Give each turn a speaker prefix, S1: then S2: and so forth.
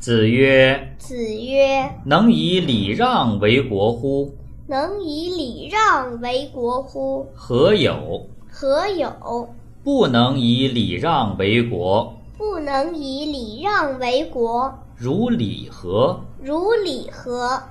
S1: 子曰
S2: 子曰：“
S1: 能以礼让为国乎？：“
S2: 能以礼让为国乎？
S1: 何有？
S2: 何有？
S1: 不能以礼让为国，
S2: 不能以礼让为国，
S1: 如礼何？”
S2: 如礼何？”